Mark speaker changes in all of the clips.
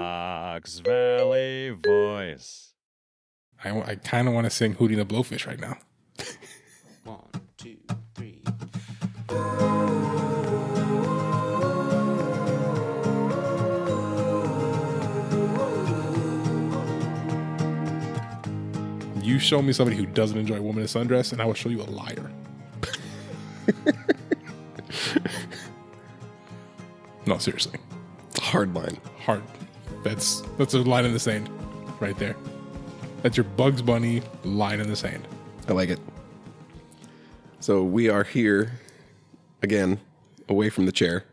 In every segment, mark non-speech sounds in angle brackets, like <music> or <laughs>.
Speaker 1: Fox Valley voice.
Speaker 2: I, w- I kind of want to sing Hootie and the Blowfish right now.
Speaker 3: One, two, three.
Speaker 2: You show me somebody who doesn't enjoy women in sundress, and I will show you a liar. <laughs> no, seriously,
Speaker 4: Hard line.
Speaker 2: hard. That's that's a line in the sand, right there. That's your Bugs Bunny line in the sand.
Speaker 4: I like it. So we are here again, away from the chair.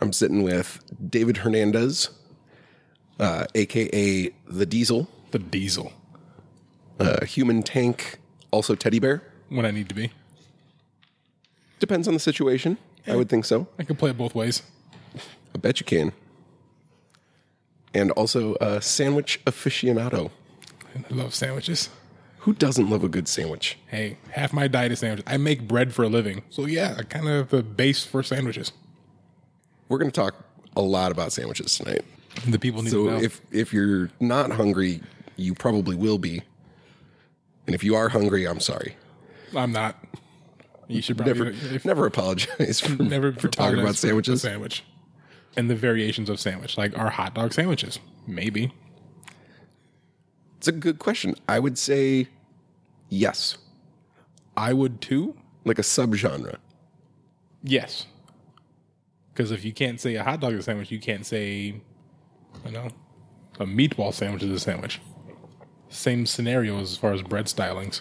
Speaker 4: I'm sitting with David Hernandez, uh, aka the Diesel,
Speaker 2: The Diesel,
Speaker 4: uh, human tank, also teddy bear.
Speaker 2: when I need to be,
Speaker 4: Depends on the situation. I would think so.
Speaker 2: I can play it both ways.
Speaker 4: I bet you can. And also a sandwich aficionado.
Speaker 2: I love sandwiches.
Speaker 4: Who doesn't love a good sandwich?
Speaker 2: Hey, half my diet is sandwiches. I make bread for a living, so yeah, I kind of have the base for sandwiches.
Speaker 4: We're going to talk a lot about sandwiches tonight.
Speaker 2: The people need
Speaker 4: So
Speaker 2: to know.
Speaker 4: if if you're not hungry, you probably will be. And if you are hungry, I'm sorry.
Speaker 2: I'm not. You should probably
Speaker 4: Never
Speaker 2: <laughs> if-
Speaker 4: never apologize <laughs> for,
Speaker 2: never
Speaker 4: for talking about
Speaker 2: apologize for the
Speaker 4: sandwiches.
Speaker 2: sandwich, and the variations of sandwich, like our hot dog sandwiches, maybe.
Speaker 4: It's a good question. I would say yes.
Speaker 2: I would too.
Speaker 4: Like a subgenre.
Speaker 2: Yes, because if you can't say a hot dog is a sandwich, you can't say, I know, a meatball sandwich is a sandwich. Same scenario as far as bread stylings.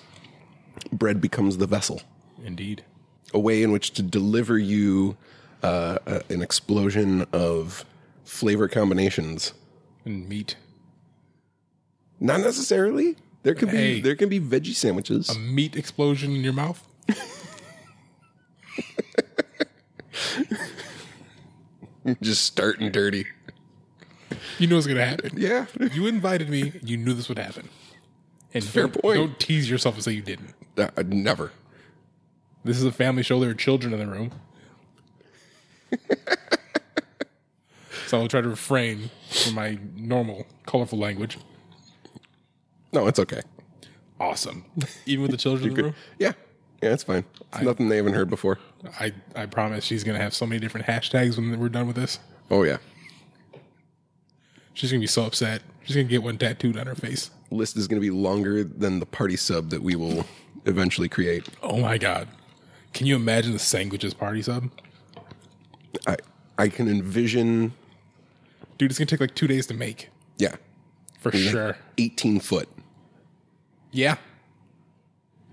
Speaker 4: Bread becomes the vessel,
Speaker 2: Indeed,
Speaker 4: a way in which to deliver you uh, a- an explosion of flavor combinations.
Speaker 2: and meat,
Speaker 4: Not necessarily. There could be
Speaker 2: Hey. Um,
Speaker 4: there can be veggie sandwiches.
Speaker 2: meat explosion in your mouth.
Speaker 4: Just starting dirty.
Speaker 2: You know what's gonna happen.
Speaker 4: Yeah.
Speaker 2: You invited me. You knew this would happen. And
Speaker 4: Fair
Speaker 2: don't-
Speaker 4: point.
Speaker 2: Don't tease yourself and say you didn't.
Speaker 4: <laughs> Uh, never.
Speaker 2: This is a family show. There are children in the room. so I'll try to refrain from my normal, colorful language.
Speaker 4: No, it's okay.
Speaker 2: Awesome. Even with the children in the room,
Speaker 4: Yeah. Yeah, it's fine. It's nothing they haven't heard before.
Speaker 2: I, I promise she's going to have so many different hashtags when we're done with this.
Speaker 4: Oh yeah.
Speaker 2: She's going to be so upset. She's going to get one tattooed on her face.
Speaker 4: List is going to be longer than the party sub that we will eventually create.
Speaker 2: Oh my God. Can you imagine the sandwiches party sub?
Speaker 4: I I can envision
Speaker 2: Dude, it's going to take like two days to make
Speaker 4: yeah,
Speaker 2: for sure.
Speaker 4: 18 foot.
Speaker 2: Yeah.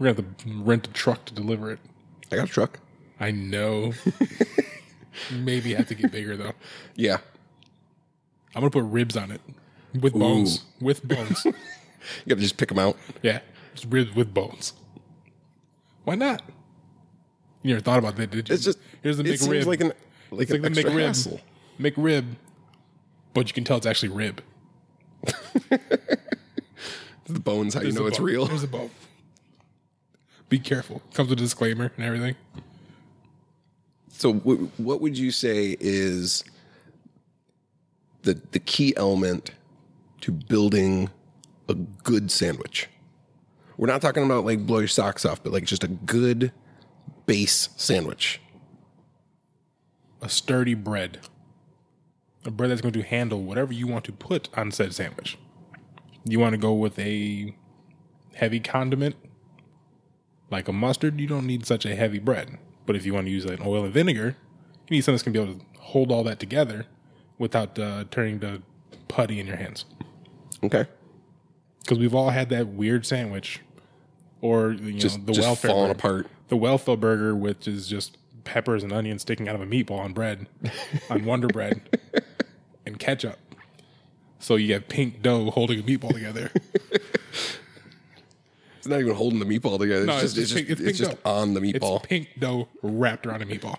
Speaker 2: We're going to have to rent a truck to deliver it.
Speaker 4: I got a truck.
Speaker 2: I know.
Speaker 4: <laughs>
Speaker 2: Maybe have to get bigger though.
Speaker 4: Yeah.
Speaker 2: I'm gonna put ribs on it with bones. With bones.
Speaker 4: You got to just pick them out.
Speaker 2: yeah, just ribs with bones. Why not? You never thought about that, did you?
Speaker 4: It's just
Speaker 2: here's the
Speaker 4: it
Speaker 2: McRib.
Speaker 4: seems like an like
Speaker 2: it's
Speaker 4: an
Speaker 2: like the
Speaker 4: extra
Speaker 2: McRib.
Speaker 4: hassle.
Speaker 2: McRib, but you can tell it's actually rib.
Speaker 4: The bones how
Speaker 2: There's
Speaker 4: you know
Speaker 2: a
Speaker 4: it's
Speaker 2: bone.
Speaker 4: real.
Speaker 2: There's a bone. Be careful. Comes with a disclaimer and everything.
Speaker 4: So w- what would you say is the the key element to building a good sandwich? We're not talking about like blow your socks off, but like just a good base sandwich.
Speaker 2: A sturdy bread. A bread that's going to handle whatever you want to put on said sandwich. You want to go with a heavy condiment, like a mustard, you don't need such a heavy bread. But if you want to use an oil and vinegar, you need something that's going to be able to hold all that together without uh, turning to putty in your hands.
Speaker 4: Okay.
Speaker 2: Because we've all had that weird sandwich or you know,
Speaker 4: Just
Speaker 2: the
Speaker 4: just
Speaker 2: welfare
Speaker 4: falling
Speaker 2: bread
Speaker 4: apart.
Speaker 2: the Wellfell burger, which is just peppers and onions sticking out of a meatball on
Speaker 4: <laughs>
Speaker 2: bread, on Wonder Bread, and ketchup. So you have pink dough holding a meatball
Speaker 4: <laughs>
Speaker 2: together.
Speaker 4: It's not even holding the meatball together. It's
Speaker 2: No,
Speaker 4: just it's just,
Speaker 2: pink-
Speaker 4: it's
Speaker 2: pink
Speaker 4: just
Speaker 2: dough.
Speaker 4: on the meatball.
Speaker 2: It's pink dough wrapped around a
Speaker 4: <laughs>
Speaker 2: meatball.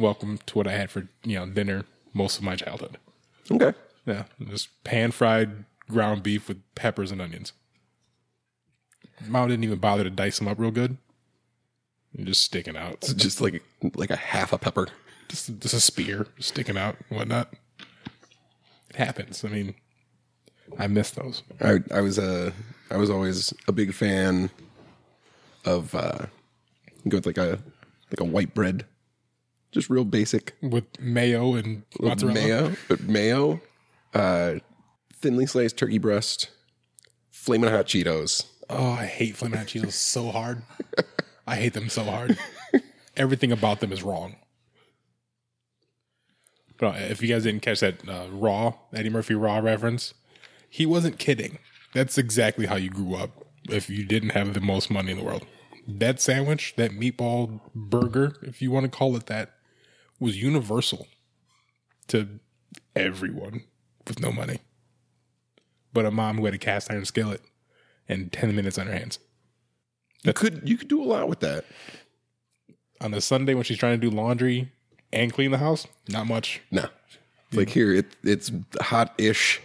Speaker 2: Welcome to what I had for you know dinner most of my childhood.
Speaker 4: Okay.
Speaker 2: Yeah, just pan fried ground beef with peppers and onions. Mom didn't even bother to dice them up real good. They're just sticking out.
Speaker 4: It's just like like a half a pepper.
Speaker 2: just, just a spear sticking out and whatnot. It happens. I mean, I miss those.
Speaker 4: I, I was a I was always a big fan of uh, go with like a like a white bread, just real basic
Speaker 2: With mayo and
Speaker 4: with
Speaker 2: mozzarella.
Speaker 4: mayo, but mayo, uh, thinly sliced turkey breast, flaming hot Cheetos.
Speaker 2: Oh, I hate flaming hot Cheetos so hard. I hate them so hard. Everything about them is wrong. But uh, if you guys didn't catch that uh, Raw Eddie Murphy Raw reference, he wasn't kidding. That's exactly how you grew up. If you didn't have the most money in the world, that sandwich, that meatball burger, if you want to call it that, was universal to everyone with no money. But a mom who had a cast iron skillet and 10 minutes on her hands.
Speaker 4: You could you could do a lot with that.
Speaker 2: On a Sunday when she's trying to do laundry and clean the house, not much.
Speaker 4: No, It's like here it it's hot ish.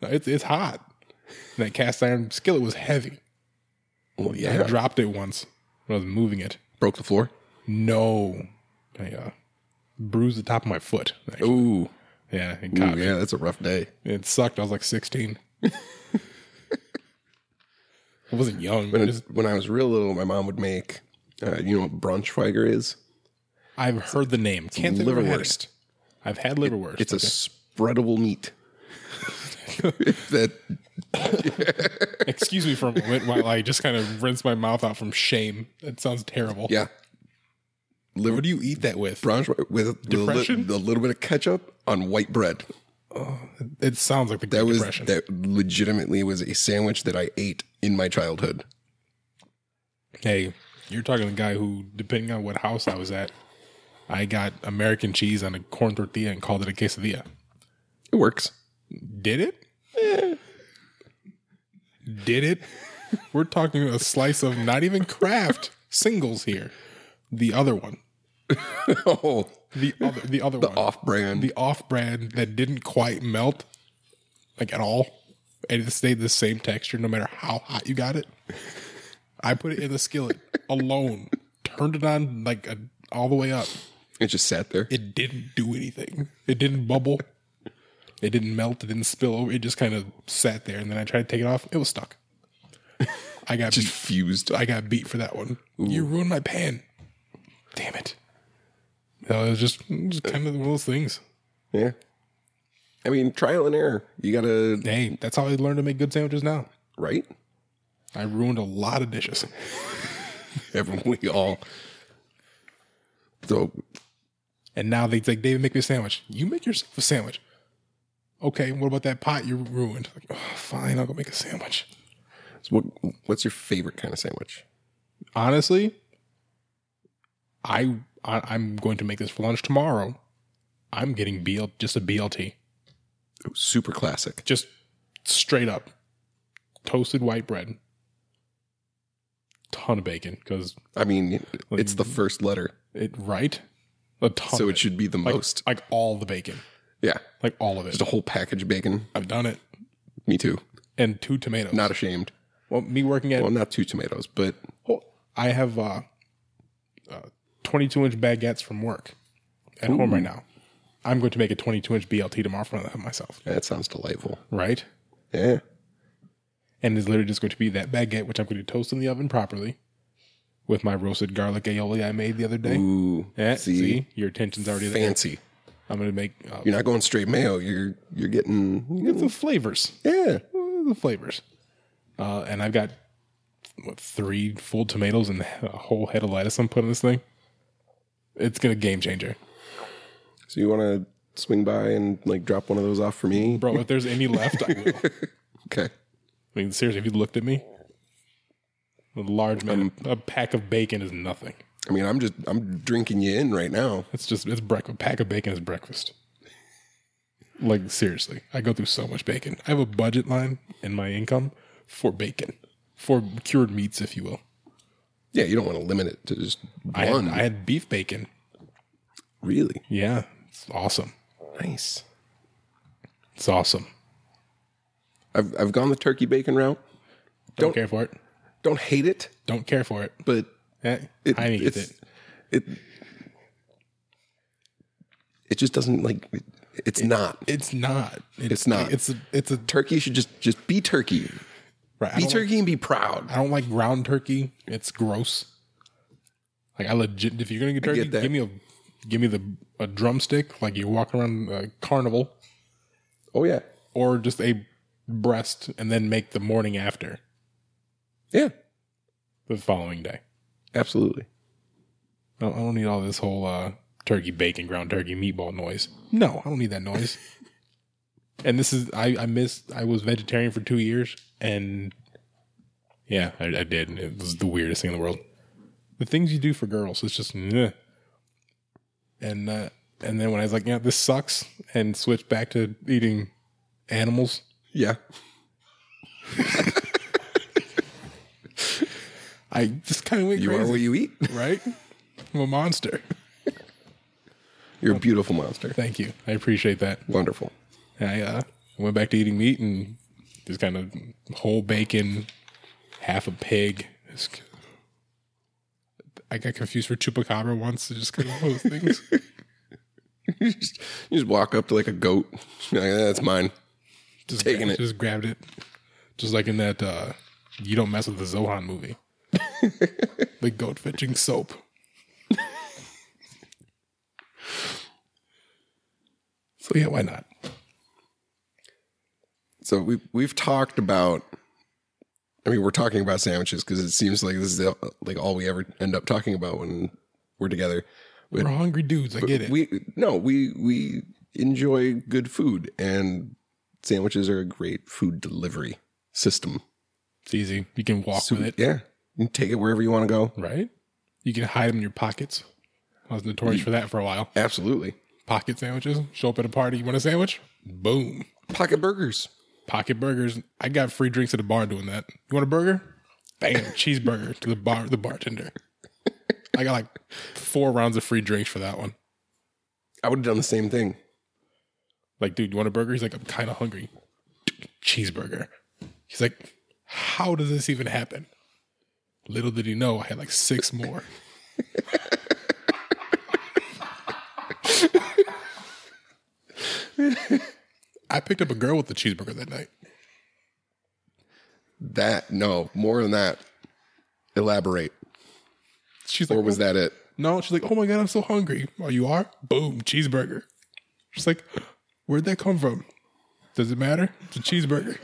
Speaker 2: No, It's, it's hot. And that cast iron skillet was heavy.
Speaker 4: Well,
Speaker 2: I
Speaker 4: yeah,
Speaker 2: dropped it once when I was moving it.
Speaker 4: broke the floor.
Speaker 2: No. I uh, bruised the top of my foot. actually.
Speaker 4: Ooh,
Speaker 2: Yeah, it
Speaker 4: Ooh,
Speaker 2: caught me.
Speaker 4: yeah, that's a rough day.
Speaker 2: It sucked. I was like
Speaker 4: <laughs>
Speaker 2: 16. I wasn't young.
Speaker 4: When,
Speaker 2: But just,
Speaker 4: when I was real little, my mom would make, uh, you know what brunschweiger is?
Speaker 2: I've heard the name. Can't think of
Speaker 4: Liverwurst.
Speaker 2: I've had liverwurst.
Speaker 4: It's a spreadable meat. <laughs> If that
Speaker 2: Excuse me for a moment while I just kind of rinse my mouth out from shame. That sounds terrible.
Speaker 4: yeah,
Speaker 2: What do you eat that with?
Speaker 4: brunschweiger with, with a, li-
Speaker 2: Depression?
Speaker 4: a little bit of ketchup on white bread.
Speaker 2: It sounds like the Great
Speaker 4: That was
Speaker 2: Depression.
Speaker 4: that legitimately was a sandwich that I ate in my childhood.
Speaker 2: hey, you're talking to the guy who, depending on what house I was at, I got American cheese on a corn tortilla and called it a quesadilla.
Speaker 4: It works. <laughs>
Speaker 2: Did it? Did it? We're talking a slice of not even craft singles here. The other one.
Speaker 4: oh,
Speaker 2: The other the other one.
Speaker 4: off-brand.
Speaker 2: the off brand that didn't quite melt like at all and it stayed the same texture no matter how hot you got it i put it in the skillet alone turned it on like a, all the way up
Speaker 4: it just sat there.
Speaker 2: it didn't do anything it didn't bubble it didn't melt it didn't spill over it just kind of sat there and then i tried to take it off it was stuck i got
Speaker 4: just
Speaker 2: beat.
Speaker 4: fused.
Speaker 2: i got beat for that one you ruined my pan damn it no, it was just, just kind of one of those things
Speaker 4: yeah. I mean, trial and error. You gotta
Speaker 2: Hey, that's how I learned to make good sandwiches now.
Speaker 4: right.
Speaker 2: I ruined a lot of dishes.
Speaker 4: Haven't <laughs> we all? So
Speaker 2: And now they like, David, make me a sandwich. You make yourself a sandwich. Okay, what about that pot you ruined? Like, oh, fine, I'll go make a sandwich.
Speaker 4: So what, what's your favorite kind of sandwich?
Speaker 2: Honestly, I, I I'm going to make this for lunch tomorrow. I'm getting BL just a BLT.
Speaker 4: Super classic.
Speaker 2: Just straight up. Toasted white bread. Ton of bacon, because
Speaker 4: I mean, it's the first letter,
Speaker 2: it right? A ton
Speaker 4: so
Speaker 2: of
Speaker 4: it should be the
Speaker 2: like,
Speaker 4: most.
Speaker 2: like all the bacon.
Speaker 4: Yeah,
Speaker 2: Like all of it.
Speaker 4: just a whole package of bacon.
Speaker 2: I've done it.
Speaker 4: Me too.
Speaker 2: And two tomatoes.
Speaker 4: Not ashamed.
Speaker 2: well, me working at
Speaker 4: Well, not two tomatoes, but
Speaker 2: I have uh, uh, 22 inch baguettes from work at home right now. I'm going to make a 22 inch BLT tomorrow for myself,
Speaker 4: that sounds delightful.
Speaker 2: right?
Speaker 4: Yeah,
Speaker 2: And it's literally just going to be that baguette, which I'm going to toast in the oven properly with my roasted garlic aioli I made the other day.
Speaker 4: Ooh,
Speaker 2: Eh, see?
Speaker 4: see?
Speaker 2: your attention's already there.
Speaker 4: fancy.
Speaker 2: I'm going to make uh,
Speaker 4: You're not going straight mayo. You're you're getting
Speaker 2: the flavors.
Speaker 4: yeah.
Speaker 2: the flavors. Uh, and I've got what three full tomatoes and a whole head of lettuce I'm putting in this thing. It's gonna game changer,
Speaker 4: So you want to swing by and like drop one of those off for me?
Speaker 2: bro. If there's any left, I will.
Speaker 4: Okay.
Speaker 2: I mean, seriously, if you looked at me, a large man, a pack of bacon is nothing.
Speaker 4: I mean, I'm just I'm drinking you in right now.
Speaker 2: It's just it's breakfast. A pack of bacon is breakfast. Like seriously, I go through so much bacon. I have a budget line in my income for bacon, for cured meats, if you will.
Speaker 4: Yeah, you don't want to limit it to just
Speaker 2: I had,
Speaker 4: one.
Speaker 2: I had beef bacon.
Speaker 4: really
Speaker 2: Yeah, it's awesome.
Speaker 4: nice.
Speaker 2: It's awesome.
Speaker 4: I've I've gone the turkey bacon route.
Speaker 2: Don't,
Speaker 4: Don't-
Speaker 2: care for it.
Speaker 4: Don't hate it,
Speaker 2: Don't care for it.
Speaker 4: but
Speaker 2: Eh,
Speaker 4: it,
Speaker 2: I need
Speaker 4: it's,
Speaker 2: it.
Speaker 4: it. It just doesn't like it, It's not.
Speaker 2: It's not.
Speaker 4: It's not.
Speaker 2: It's a. It's a.
Speaker 4: Turkey should just just be turkey.
Speaker 2: Right, I
Speaker 4: Be
Speaker 2: don't-
Speaker 4: turkey and be proud.
Speaker 2: I don't like ground turkey. It's gross. Like I legit, if you're gonna get turkey,
Speaker 4: get that.
Speaker 2: give me a, give me the a drumstick like you walk around a carnival,
Speaker 4: Oh yeah,
Speaker 2: or just a breast, and then make the morning after
Speaker 4: yeah,
Speaker 2: the following day.
Speaker 4: absolutely.
Speaker 2: I don't, I don't need all this whole uh, turkey bacon, ground turkey, meatball noise. No, I don't need that noise.
Speaker 4: <laughs>
Speaker 2: and this is I I missed. I was vegetarian for two years, and yeah, I, I did. and It was the weirdest thing in the world. The things you do for girls, it's just meh. and uh, and then when I was like, yeah, this sucks, and switched back to eating animals.
Speaker 4: Yeah,
Speaker 2: I just kind of went
Speaker 4: you are
Speaker 2: crazy,
Speaker 4: what you eat.
Speaker 2: right? I'm a monster.
Speaker 4: You're a beautiful monster.
Speaker 2: Thank you. I appreciate that.
Speaker 4: Wonderful. <laughs>
Speaker 2: I uh, went back to eating meat and just kind of whole bacon, half a pig. It's- I got confused for chupacabra once. It's just kind of those
Speaker 4: <laughs>
Speaker 2: things.
Speaker 4: you just you just walk up to like a goat. <laughs> You're like, "Eh, that's mine.
Speaker 2: Just
Speaker 4: Taking
Speaker 2: gra-
Speaker 4: it.
Speaker 2: Just grabbed it. Just like in that uh, You Don't Mess with the Zohan
Speaker 4: <laughs>
Speaker 2: movie. the goat fetching soap. so, yeah, why not?
Speaker 4: So we we've talked about. I mean, we're talking about sandwiches because it seems like this is uh, like all we ever end up talking about when we're together. But-
Speaker 2: We're hungry dudes. I get it.
Speaker 4: We no, we we enjoy good food, and sandwiches are a great food delivery system.
Speaker 2: it's easy. You can walk
Speaker 4: So,
Speaker 2: with it.
Speaker 4: yeah, you can take it wherever you want to go.
Speaker 2: Right? You can hide them in your pockets. I was notorious for that for a while.
Speaker 4: Absolutely,
Speaker 2: Pocket sandwiches. Show up at a party. You want a sandwich? Boom.
Speaker 4: pocket burgers.
Speaker 2: Pocket burgers. I got free drinks at the bar doing that. You want a burger? Bam. Cheeseburger to the bar. The bartender. I got like four rounds of free drinks for that one.
Speaker 4: I would have done the same thing.
Speaker 2: Like, dude, you want a burger? He's like, I'm kind of hungry. Cheeseburger. He's like, how does this even happen? Little did he know, I had like six more. I picked up a girl with the cheeseburger that night.
Speaker 4: That no more than that. Elaborate,
Speaker 2: She's like,
Speaker 4: or was that it?
Speaker 2: no, she's like, oh my God, I'm so hungry. Oh, you are? Boom, cheeseburger. She's like, where'd that come from? Does it matter? It's a cheeseburger.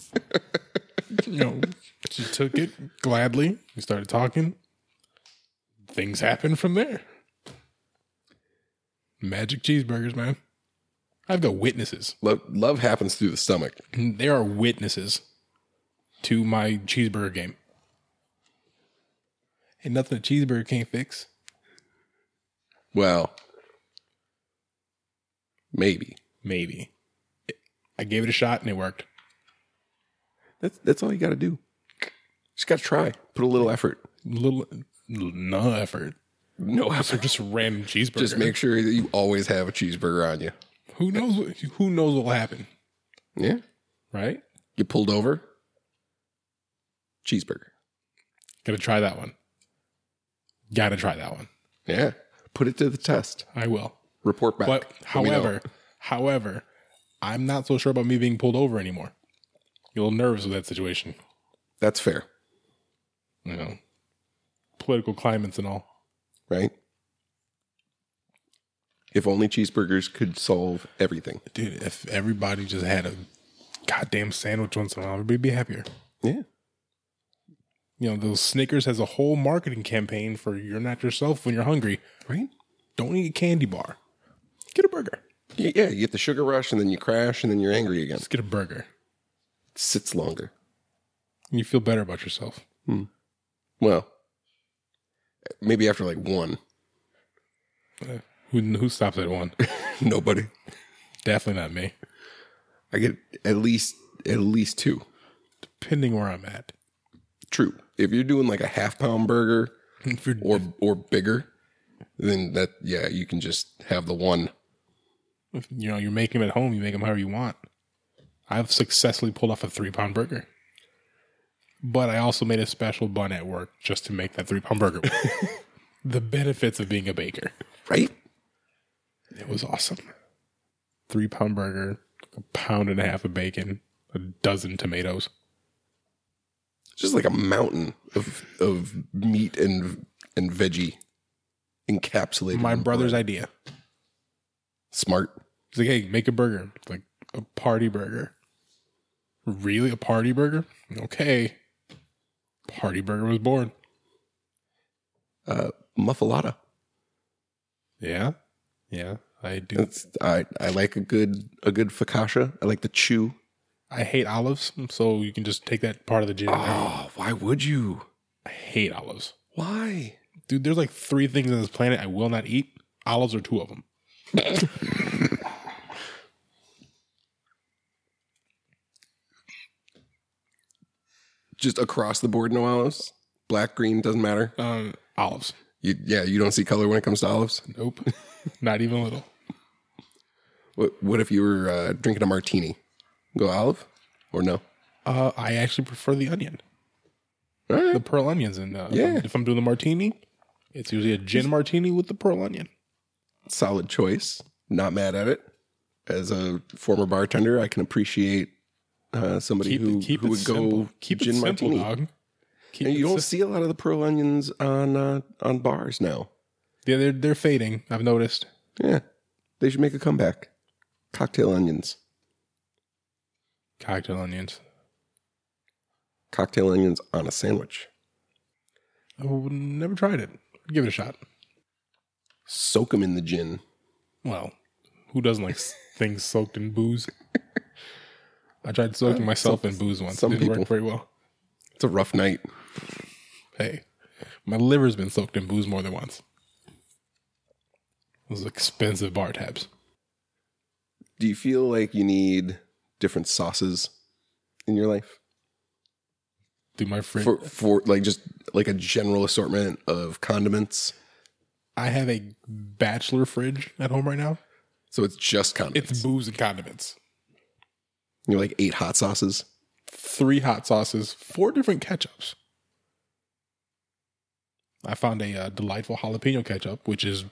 Speaker 2: <laughs> you know, she took it gladly. We started talking. Things happened from there. Magic cheeseburgers, man. I've got witnesses.
Speaker 4: Love, love happens through the stomach.
Speaker 2: There are witnesses to my cheeseburger game. And nothing a cheeseburger can't fix.
Speaker 4: Well, maybe
Speaker 2: Maybe. I gave it a shot and it worked.
Speaker 4: that's that's all you got to do. Just got to try. Put a little effort.
Speaker 2: Little, no effort.
Speaker 4: No
Speaker 2: So just a random cheeseburger.
Speaker 4: Just make sure that you always have a cheeseburger on you.
Speaker 2: who knows what, who knows what will happen,
Speaker 4: Yeah.
Speaker 2: right?
Speaker 4: You pulled over. Cheeseburger.
Speaker 2: Gotta try that one. Gotta try that one.
Speaker 4: Yeah. Put it to the test.
Speaker 2: I will.
Speaker 4: Report back.
Speaker 2: But
Speaker 4: Let me know.
Speaker 2: however, however, I'm not so sure about me being pulled over anymore. You're a little nervous with that situation.
Speaker 4: that's fair,
Speaker 2: you know, political climates and all.
Speaker 4: right? If only cheeseburgers could solve everything.
Speaker 2: Dude, if everybody just had a goddamn sandwich once in a while, everybody'd be happier.
Speaker 4: Yeah.
Speaker 2: You know, those Snickers has a whole marketing campaign for you're not yourself when you're hungry.
Speaker 4: Right?
Speaker 2: Don't eat a candy bar. Get a burger.
Speaker 4: Y- Yeah. You get the sugar rush and then you crash and then you're angry again.
Speaker 2: Just get a burger.
Speaker 4: It sits longer.
Speaker 2: And you feel better about yourself.
Speaker 4: Well, maybe after like one. <laughs>
Speaker 2: Who who stops at one?
Speaker 4: Nobody.
Speaker 2: Definitely not me.
Speaker 4: I get at least at least two.
Speaker 2: Depending where I'm at.
Speaker 4: True. If you're doing like a half pound burger
Speaker 2: If you're-
Speaker 4: or or bigger, then that yeah, you can just have the one.
Speaker 2: if, you know, you're making them at home, you make them however you want. I've successfully pulled off a three pound burger. But I also made a special bun at work just to make that three pound burger. work. The benefits of being a baker.
Speaker 4: right?
Speaker 2: It was awesome. Three pound burger, a pound and a half of bacon, a dozen tomatoes.
Speaker 4: Just like a mountain of of meat and and veggie encapsulated.
Speaker 2: My
Speaker 4: in
Speaker 2: brother's
Speaker 4: bread.
Speaker 2: idea.
Speaker 4: smart.
Speaker 2: He's like, hey, make a burger. It's like a party burger. Really? A party burger? Okay. Party burger was born.
Speaker 4: Uh, muffalata.
Speaker 2: Yeah. Yeah. I do.
Speaker 4: That's I I like a good a good focaccia. I like the chew.
Speaker 2: I hate olives, so you can just take that part of the gin. out.
Speaker 4: Oh, why would you?
Speaker 2: I hate olives.
Speaker 4: Why?
Speaker 2: Dude, there's like three things on this planet I will not eat. Olives are two of them.
Speaker 4: Just across the board, no olives. Black, green, doesn't matter.
Speaker 2: Um, olives.
Speaker 4: You, yeah, you don't see color when it comes to olives.
Speaker 2: Nope.
Speaker 4: <laughs>
Speaker 2: not even a little.
Speaker 4: What, what if you were uh, drinking a martini? Go olive or no?
Speaker 2: Uh, I actually prefer the onion,
Speaker 4: All
Speaker 2: the
Speaker 4: right.
Speaker 2: pearl onions. And uh,
Speaker 4: Yeah.
Speaker 2: if, I'm, if I'm doing the martini, it's usually a gin martini with the pearl onion.
Speaker 4: Solid choice. Not mad at it. As a former bartender, I can appreciate uh, somebody
Speaker 2: Keep
Speaker 4: who,
Speaker 2: it, keep
Speaker 4: who
Speaker 2: it
Speaker 4: would
Speaker 2: simple.
Speaker 4: go
Speaker 2: keep
Speaker 4: gin
Speaker 2: it simple,
Speaker 4: martini.
Speaker 2: dog. Keep
Speaker 4: And
Speaker 2: it
Speaker 4: you don't
Speaker 2: sim-
Speaker 4: see a lot of the pearl onions on uh, on bars now.
Speaker 2: yeah, they're they're fading. I've noticed.
Speaker 4: Yeah, they should make a comeback. Cocktail onions.
Speaker 2: Cocktail onions.
Speaker 4: Cocktail onions on a sandwich.
Speaker 2: Oh, never tried it. Give it a shot.
Speaker 4: Soak them in the gin.
Speaker 2: Well, who doesn't like s- things soaked in booze? I tried soaking myself in booze once.
Speaker 4: Uh, some
Speaker 2: Didn't
Speaker 4: people.
Speaker 2: work very well.
Speaker 4: It's a rough night.
Speaker 2: Hey, my liver's been soaked in booze more than once. Those expensive bar tabs.
Speaker 4: Do you feel like you need different sauces in your life
Speaker 2: Through my fridge,
Speaker 4: for for like just like a general assortment of condiments?
Speaker 2: I have a bachelor fridge at home right now.
Speaker 4: So it's just condiments.
Speaker 2: It's booze and condiments.
Speaker 4: You're like eight hot sauces.
Speaker 2: three hot sauces, four different ketchups. I found a uh, delightful jalapeno ketchup, which is.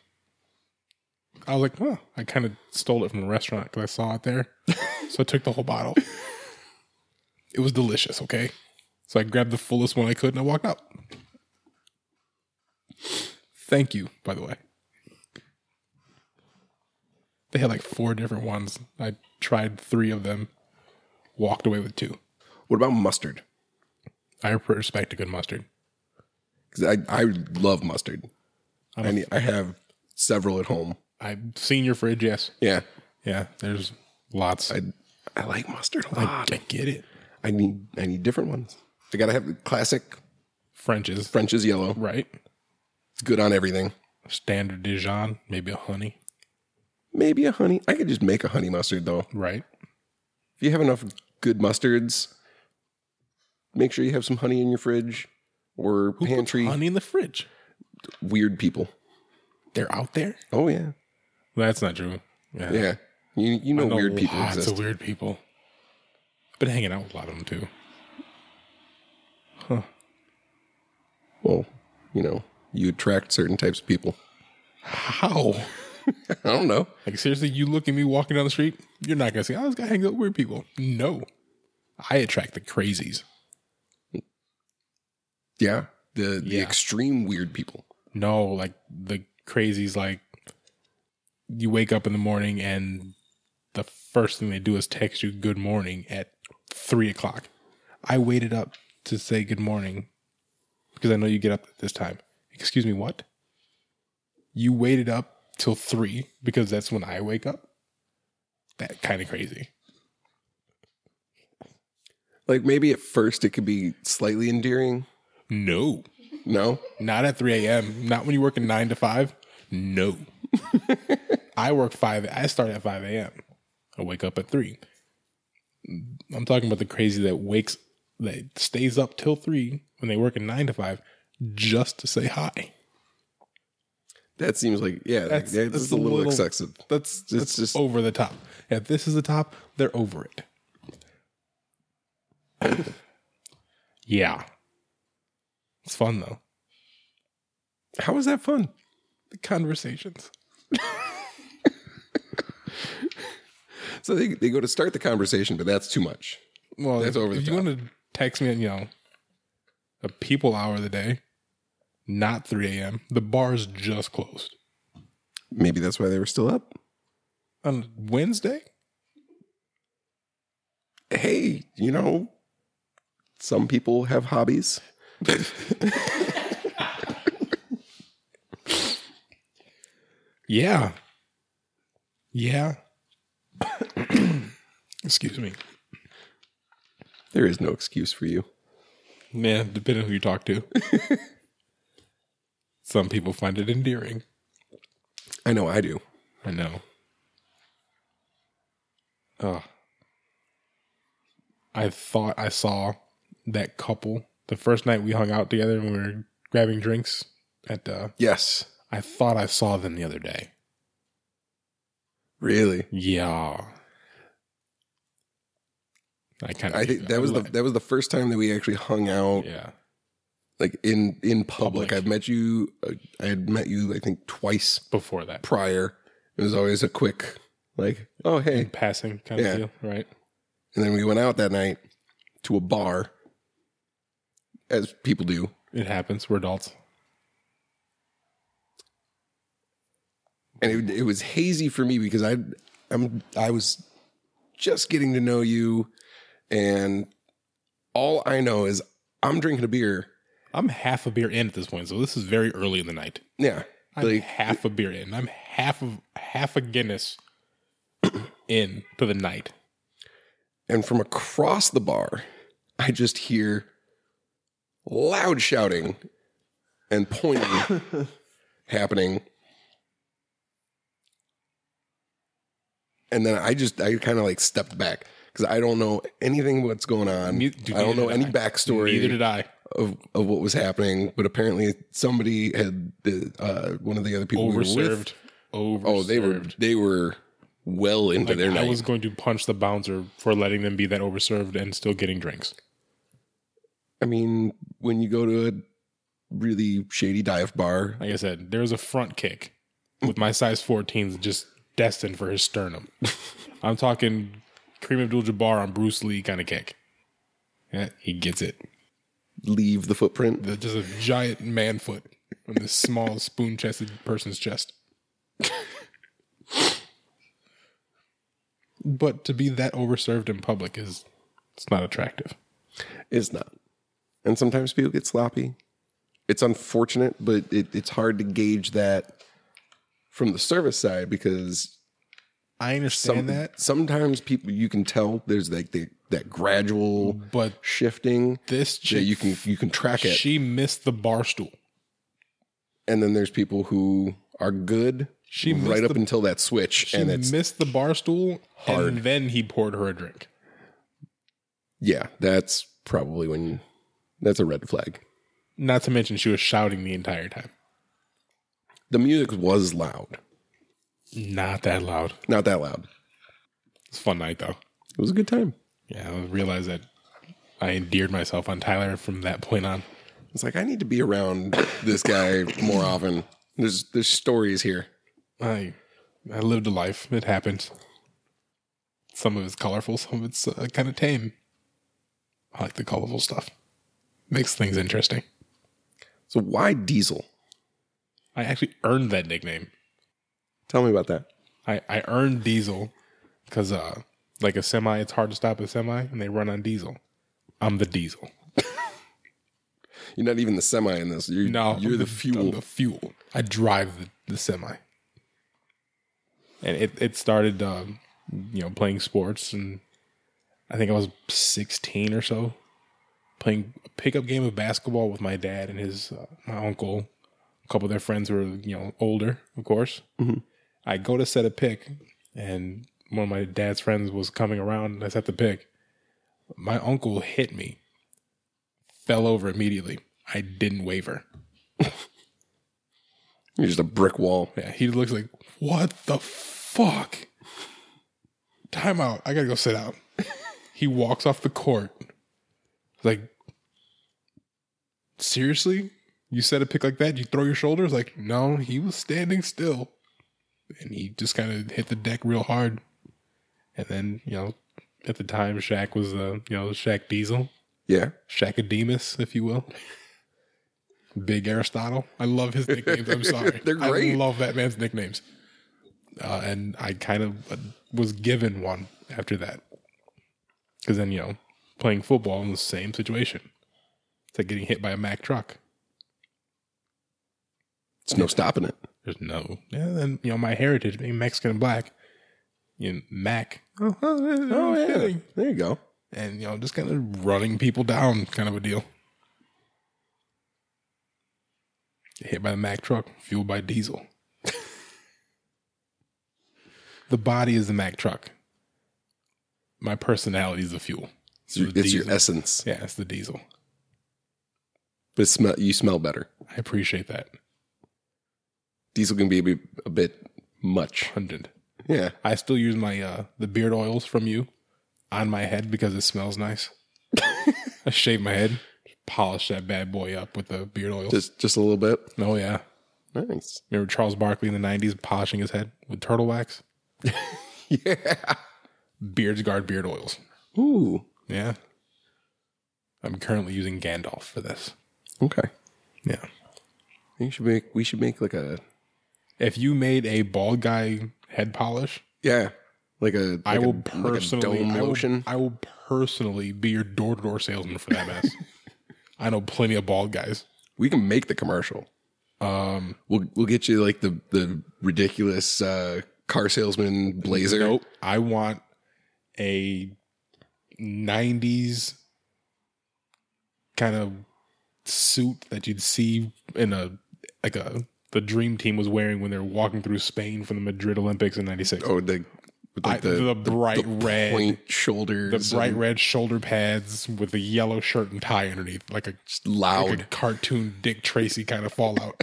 Speaker 2: I was like, huh. I kind of stole it from a restaurant because I saw it there. so I took the whole bottle. It was delicious, okay? So I grabbed the fullest one I could and I walked out. Thank you, by the way. They had like four different ones. I tried three of them, walked away with two.
Speaker 4: What about mustard?
Speaker 2: I respect a good mustard.
Speaker 4: 'Cause I I love mustard.
Speaker 2: I'm
Speaker 4: I
Speaker 2: a-
Speaker 4: need, I have several at home.
Speaker 2: I've seen your fridge, yes.
Speaker 4: Yeah,
Speaker 2: Yeah, there's lots. I,
Speaker 4: I I like mustard a lot.
Speaker 2: I get it.
Speaker 4: I need I need different ones. I gotta have the classic
Speaker 2: French's,
Speaker 4: French is yellow.
Speaker 2: right?
Speaker 4: It's good on everything.
Speaker 2: Standard Dijon, maybe a honey,
Speaker 4: Maybe a honey. I could just make a honey mustard though.
Speaker 2: right?
Speaker 4: If you have enough good mustards, make sure you have some honey in your fridge or
Speaker 2: Who puts
Speaker 4: pantry.
Speaker 2: honey in the fridge?
Speaker 4: Weird people.
Speaker 2: They're out there.
Speaker 4: Oh yeah,
Speaker 2: That's not true. Yeah,
Speaker 4: yeah. You you know,
Speaker 2: I know
Speaker 4: weird people
Speaker 2: lots
Speaker 4: exist.
Speaker 2: of weird people. I've been hanging out with a lot of them too.
Speaker 4: well, you know, you attract certain types of people.
Speaker 2: How?
Speaker 4: I don't know.
Speaker 2: Like seriously, you look at me walking down the street, you're not gonna say, "Oh, this guy hangs out with weird people." No, I attract the crazies.
Speaker 4: Yeah, the the
Speaker 2: Yeah.
Speaker 4: extreme weird people.
Speaker 2: No, like the crazies, like you wake up in the morning and the first thing they do is text you good morning at three o'clock. I waited up to say good morning because I know you get up at this time. Excuse me, what? You waited up till three because that's when I wake up? That kind of crazy.
Speaker 4: Like maybe at first it could be slightly endearing.
Speaker 2: No,
Speaker 4: No,
Speaker 2: not at 3 a.m. Not when you're working nine to five. No. I work five. I start at 5 a.m. I wake up at three. I'm talking about the crazy that wakes, that stays up till three when they work at nine to five just to say hi.
Speaker 4: that seems like yeah, like,
Speaker 2: That's-
Speaker 4: yeah, it's
Speaker 2: that's
Speaker 4: a
Speaker 2: a
Speaker 4: little,
Speaker 2: little-
Speaker 4: excessive.
Speaker 2: That's
Speaker 4: It's
Speaker 2: that's
Speaker 4: just-
Speaker 2: just over the top. If this is the top, they're over it. yeah, it's fun though. How is that fun? The conversations.
Speaker 4: So they, they go to start the conversation, but that's too much.
Speaker 2: Well,
Speaker 4: That's
Speaker 2: if,
Speaker 4: over the
Speaker 2: if you
Speaker 4: top.
Speaker 2: want to text me at, you know, a people hour of the day, not 3 a.m., the bar's just closed.
Speaker 4: Maybe that's why they were still up.
Speaker 2: On Wednesday?
Speaker 4: Hey, you know, some people have hobbies.
Speaker 2: Yeah. Yeah. Excuse me.
Speaker 4: There is no excuse for you.
Speaker 2: Man, depending on who you talk to. Some people find it endearing.
Speaker 4: I know I do.
Speaker 2: I know. Ugh. I thought I saw that couple the first night we hung out together and we were grabbing drinks at uh
Speaker 4: Yes.
Speaker 2: I thought I saw them the other day.
Speaker 4: Really?
Speaker 2: Yeah. I kind of
Speaker 4: I think that was the that was the first time that we actually hung out
Speaker 2: yeah.
Speaker 4: like in in public.
Speaker 2: Public.
Speaker 4: I've met you uh, I had met you I think twice
Speaker 2: Before that.
Speaker 4: prior. It was always a quick like, "Oh, hey."
Speaker 2: Passing kind of
Speaker 4: Yeah.
Speaker 2: deal, right?
Speaker 4: And then we went out that night to a bar as people do.
Speaker 2: It happens. We're adults.
Speaker 4: and it, it was hazy for me because I I'm I was just getting to know you, and all I know is I'm drinking a beer.
Speaker 2: I'm half a beer in at this point, so this is very early in the night.
Speaker 4: Yeah,
Speaker 2: I'm
Speaker 4: like
Speaker 2: half a beer in. I'm half of half a Guinness <coughs> in to the night.
Speaker 4: and from across the bar, I just hear loud shouting and
Speaker 2: <laughs>
Speaker 4: pointing happening. And then I just I kind of like stepped back because I don't know anything what's going on.
Speaker 2: Ne- dude,
Speaker 4: I don't
Speaker 2: neither
Speaker 4: know
Speaker 2: did
Speaker 4: any
Speaker 2: I.
Speaker 4: backstory.
Speaker 2: Neither did I.
Speaker 4: of, of what was happening, but apparently somebody had the, uh, one of the other people we were with-
Speaker 2: Overserved. Overserved.
Speaker 4: Oh, they were they were well into
Speaker 2: Like,
Speaker 4: their
Speaker 2: I
Speaker 4: night.
Speaker 2: was going to punch the bouncer for letting them be that overserved and still getting drinks.
Speaker 4: I mean, when you go to a really shady dive bar,
Speaker 2: Like I said, there was a front kick with my size 14s just destined for his sternum. <laughs> I'm talking Kareem Abdul-Jabbar on Bruce Lee kind of kick. Yeah, he gets it.
Speaker 4: leave the footprint.
Speaker 2: the, just a giant man foot on this small spoon chested person's chest. but to be that overserved in public is it's not attractive.
Speaker 4: It's not. And sometimes people get sloppy. It's unfortunate, but it, it's hard to gauge that from the service side because
Speaker 2: I understand
Speaker 4: some,
Speaker 2: that,
Speaker 4: sometimes people you can tell there's like the, that gradual
Speaker 2: but
Speaker 4: shifting
Speaker 2: this
Speaker 4: that
Speaker 2: chick
Speaker 4: you can you can track it.
Speaker 2: she missed the bar stool.
Speaker 4: and then there's people who are good
Speaker 2: She missed
Speaker 4: right up
Speaker 2: the-
Speaker 4: until that switch
Speaker 2: She
Speaker 4: and it's
Speaker 2: missed the bar stool
Speaker 4: hard.
Speaker 2: and then he poured her a drink.
Speaker 4: yeah that's probably when you, that's a red flag
Speaker 2: Not to mention she was shouting the entire time.
Speaker 4: the music was loud
Speaker 2: Not that loud.
Speaker 4: not that loud
Speaker 2: It's a fun night though.
Speaker 4: it was a good time
Speaker 2: Yeah, I realized that I endeared myself on Tyler from that point on.
Speaker 4: it's like i need to be around this guy more often there's there's stories here
Speaker 2: I I lived a life. It happened. Some of it's colorful, some of it's uh, kind of tame. I like the colorful stuff. Makes things interesting.
Speaker 4: so why diesel
Speaker 2: I actually earned that nickname.
Speaker 4: tell me about that
Speaker 2: I, I earned Diesel because, uh, like a semi, it's hard to stop a semi, and they run on Diesel. I'm the Diesel.
Speaker 4: you're not even the semi in this you're,
Speaker 2: No,
Speaker 4: you're
Speaker 2: I'm <laughs>
Speaker 4: the,
Speaker 2: I'm
Speaker 4: fuel
Speaker 2: the fuel. I drive the, the semi. And it it started, um, you know, playing sports, and I think I was 16 or so, playing a pickup game of basketball with my dad and his uh, my uncle. A couple of their friends were you know older, of course.
Speaker 4: Mm-hmm.
Speaker 2: I go to set a pick, and one of my dad's friends was coming around, and I set the pick. My uncle hit me, fell over immediately. I didn't waver.
Speaker 4: you're just a brick wall
Speaker 2: Yeah, he looks like, what the fuck? Time out. I gotta go sit out. <laughs> he walks off the court. Like, seriously? You set a pick like that, you throw your shoulders. Like, no, he was standing still. And he just kind of hit the deck real hard. And then, you know, at the time, Shaq was, uh, you know, Shaq Diesel,
Speaker 4: Yeah.
Speaker 2: Shaqademus, if you will. Big Aristotle. I love his nicknames.
Speaker 4: <laughs>
Speaker 2: I'm sorry.
Speaker 4: They're great.
Speaker 2: I love that man's nicknames. Uh, and I kind of uh, was given one after that. Because then, you know, playing football in the same situation. It's like getting hit by a Mack truck.
Speaker 4: It's no stopping it.
Speaker 2: There's no. And then, you know, my heritage being Mexican and black, you know, Mac. Oh,
Speaker 4: yeah. There you go.
Speaker 2: And, you know, just kind of running people down kind of a deal. Hit by the Mack truck, fueled by diesel. <laughs> the body is the Mack truck. My personality is the fuel.
Speaker 4: It's, your,
Speaker 2: the
Speaker 4: it's your
Speaker 2: diesel.
Speaker 4: essence.
Speaker 2: Yeah, it's the diesel.
Speaker 4: But smell, you smell better.
Speaker 2: I appreciate that.
Speaker 4: Diesel can be a bit, a bit much.
Speaker 2: Pungent.
Speaker 4: Yeah.
Speaker 2: I still use my uh the beard oils from you on my head because it smells
Speaker 4: <laughs>
Speaker 2: nice. I shave my head, polish that bad boy up with the beard oils.
Speaker 4: Just just a little bit.
Speaker 2: oh yeah.
Speaker 4: Nice. <laughs>
Speaker 2: Remember Charles Barkley in the nineties polishing his head with turtle wax?
Speaker 4: Yeah.
Speaker 2: Beards guard beard oils.
Speaker 4: Ooh.
Speaker 2: Yeah. I'm currently using Gandalf for this.
Speaker 4: Okay.
Speaker 2: Yeah.
Speaker 4: You should make we should make like a
Speaker 2: If you made a bald guy head polish,
Speaker 4: yeah. Like a
Speaker 2: I
Speaker 4: like a-
Speaker 2: will
Speaker 4: like a
Speaker 2: personally
Speaker 4: dome
Speaker 2: I will-
Speaker 4: motion.
Speaker 2: I will personally be your door to door salesman for that
Speaker 4: <laughs>
Speaker 2: mess. I know plenty of bald guys.
Speaker 4: We can make the commercial.
Speaker 2: Um
Speaker 4: We'll we'll get you like the the ridiculous uh car salesman blazer.
Speaker 2: Nope. I want a 90s kind of suit that you'd see in a like a the dream team was wearing when they were walking through Spain for the Madrid Olympics in 96.
Speaker 4: Oh the with
Speaker 2: I-
Speaker 4: like the,
Speaker 2: the bright red
Speaker 4: point
Speaker 2: the
Speaker 4: shoulders.
Speaker 2: bright
Speaker 4: and
Speaker 2: red shoulder pads with the yellow shirt and tie underneath like a
Speaker 4: just loud.
Speaker 2: like a cartoon Dick Tracy kind of
Speaker 4: <laughs>
Speaker 2: fallout.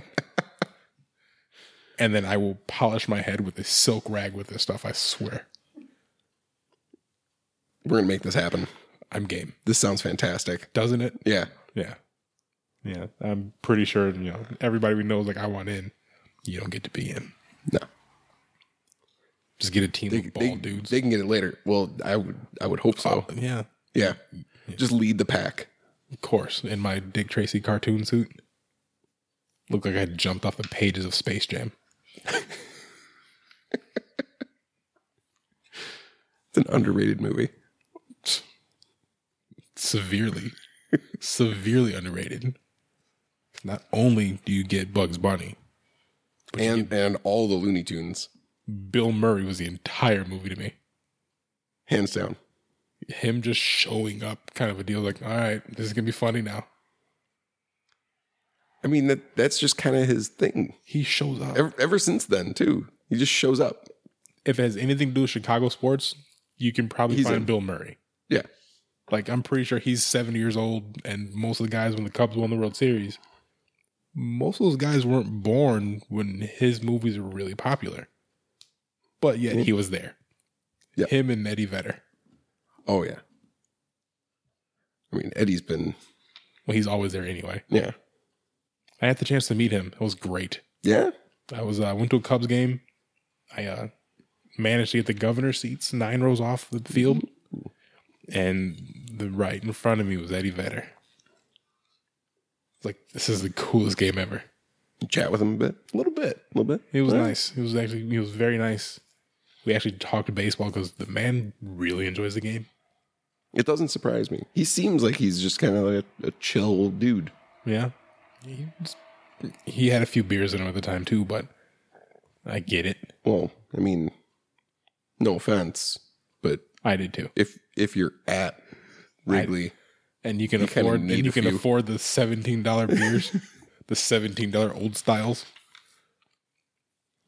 Speaker 2: and then I will polish my head with a silk rag with this stuff, I swear.
Speaker 4: We're gonna make this happen.
Speaker 2: I'm game.
Speaker 4: This sounds fantastic.
Speaker 2: Doesn't it?
Speaker 4: Yeah.
Speaker 2: Yeah. Yeah. I'm pretty sure, you know, everybody we know is like, I want in. You don't get to be in.
Speaker 4: No.
Speaker 2: Just get a team
Speaker 4: They,
Speaker 2: of
Speaker 4: they,
Speaker 2: bald dudes. Uh,
Speaker 4: they can get it later. Well, I would I would hope so.
Speaker 2: yeah.
Speaker 4: Yeah. Just lead the pack.
Speaker 2: Of course. In my Dick Tracy cartoon suit. Looked like I had jumped off the pages of Space Jam.
Speaker 4: It's an underrated movie. <laughs>
Speaker 2: Severely, severely underrated. Not only do you get Bugs Bunny,
Speaker 4: and and all the Looney Tunes,
Speaker 2: Bill Murray was the entire movie to me.
Speaker 4: hands down.
Speaker 2: Him just showing up, kind of a deal like, all right, this is going to be funny now.
Speaker 4: I mean that that's just kind of his thing.
Speaker 2: He shows up.
Speaker 4: Ever, ever since then, too, he just shows up.
Speaker 2: if it has anything to do with Chicago sports, you can probably
Speaker 4: He's
Speaker 2: find
Speaker 4: in.
Speaker 2: Bill Murray.
Speaker 4: Yeah,
Speaker 2: Like I'm pretty sure he's 70 years old, and most of the guys when the Cubs won the World Series, most of those guys weren't born when his movies were really popular. But yet he was there.
Speaker 4: Yeah.
Speaker 2: Him and Eddie Vedder.
Speaker 4: oh yeah. I mean, Eddie's been
Speaker 2: Well, he's always there anyway.
Speaker 4: yeah,
Speaker 2: I had the chance to meet him. It was great.
Speaker 4: yeah.
Speaker 2: I was uh, went to a Cubs game. I uh, managed to get the governor seats nine rows off the field, and the right in front of me was Eddie Vedder. It's Like this is the coolest game ever.
Speaker 4: Chat with him a bit, a little bit, a little bit.
Speaker 2: It was
Speaker 4: Yeah.
Speaker 2: nice. It was actually he was very nice. We actually talked baseball because the man really enjoys the game.
Speaker 4: It doesn't surprise me. He seems like he's just kind of like a, a chill dude.
Speaker 2: Yeah, he, was- he had a few beers in him at the time too, but I get it.
Speaker 4: Well, I mean, no offense, but
Speaker 2: I did too.
Speaker 4: if if you're at Wrigley,
Speaker 2: and you can
Speaker 4: kinda
Speaker 2: afford and
Speaker 4: need
Speaker 2: you
Speaker 4: a
Speaker 2: can
Speaker 4: few.
Speaker 2: afford the seventeen <laughs> dollar beers, the seventeen dollar old styles.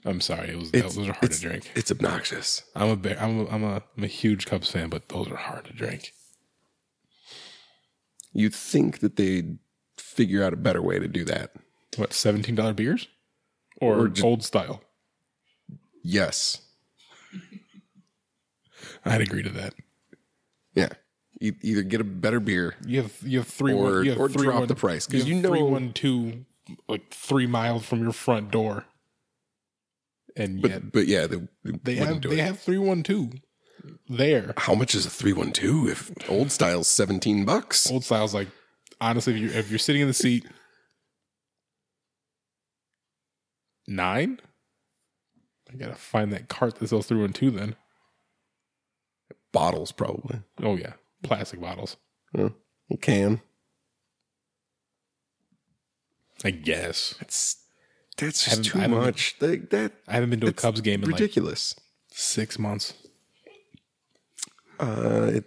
Speaker 2: I'm sorry, it was
Speaker 4: It's-
Speaker 2: those are hard to drink.
Speaker 4: it's obnoxious.
Speaker 2: I'm a bear, I'm a, I'm a I'm a huge Cubs fan, but those are hard to drink.
Speaker 4: You'd think that they'd figure out a better way to do that.
Speaker 2: What seventeen dollar beers or,
Speaker 4: Or ju-
Speaker 2: old style?
Speaker 4: Yes.
Speaker 2: I'd agree to that.
Speaker 4: Yeah. E- either get a better beer
Speaker 2: You have you have three
Speaker 4: or,
Speaker 2: one, you have
Speaker 4: or
Speaker 2: three
Speaker 4: drop
Speaker 2: one-
Speaker 4: the price
Speaker 2: you
Speaker 4: because you know
Speaker 2: three one two like three miles from your front door. And
Speaker 4: But
Speaker 2: yet
Speaker 4: but yeah, they,
Speaker 2: they
Speaker 4: wouldn't
Speaker 2: have
Speaker 4: do
Speaker 2: they
Speaker 4: it.
Speaker 2: have three one two there.
Speaker 4: How much is a three one two if old style's seventeen bucks?
Speaker 2: Old style's like honestly, if you if you're sitting in the seat, nine. I gotta find that cart that sells three one two. Then
Speaker 4: Bottles probably.
Speaker 2: oh yeah, plastic bottles.
Speaker 4: A can.
Speaker 2: I guess
Speaker 4: That's that's
Speaker 2: Haven't- haven't-
Speaker 4: They- that
Speaker 2: I haven't been to a
Speaker 4: It's
Speaker 2: Cubs game in like
Speaker 4: ridiculous.
Speaker 2: six months.
Speaker 4: uh, it,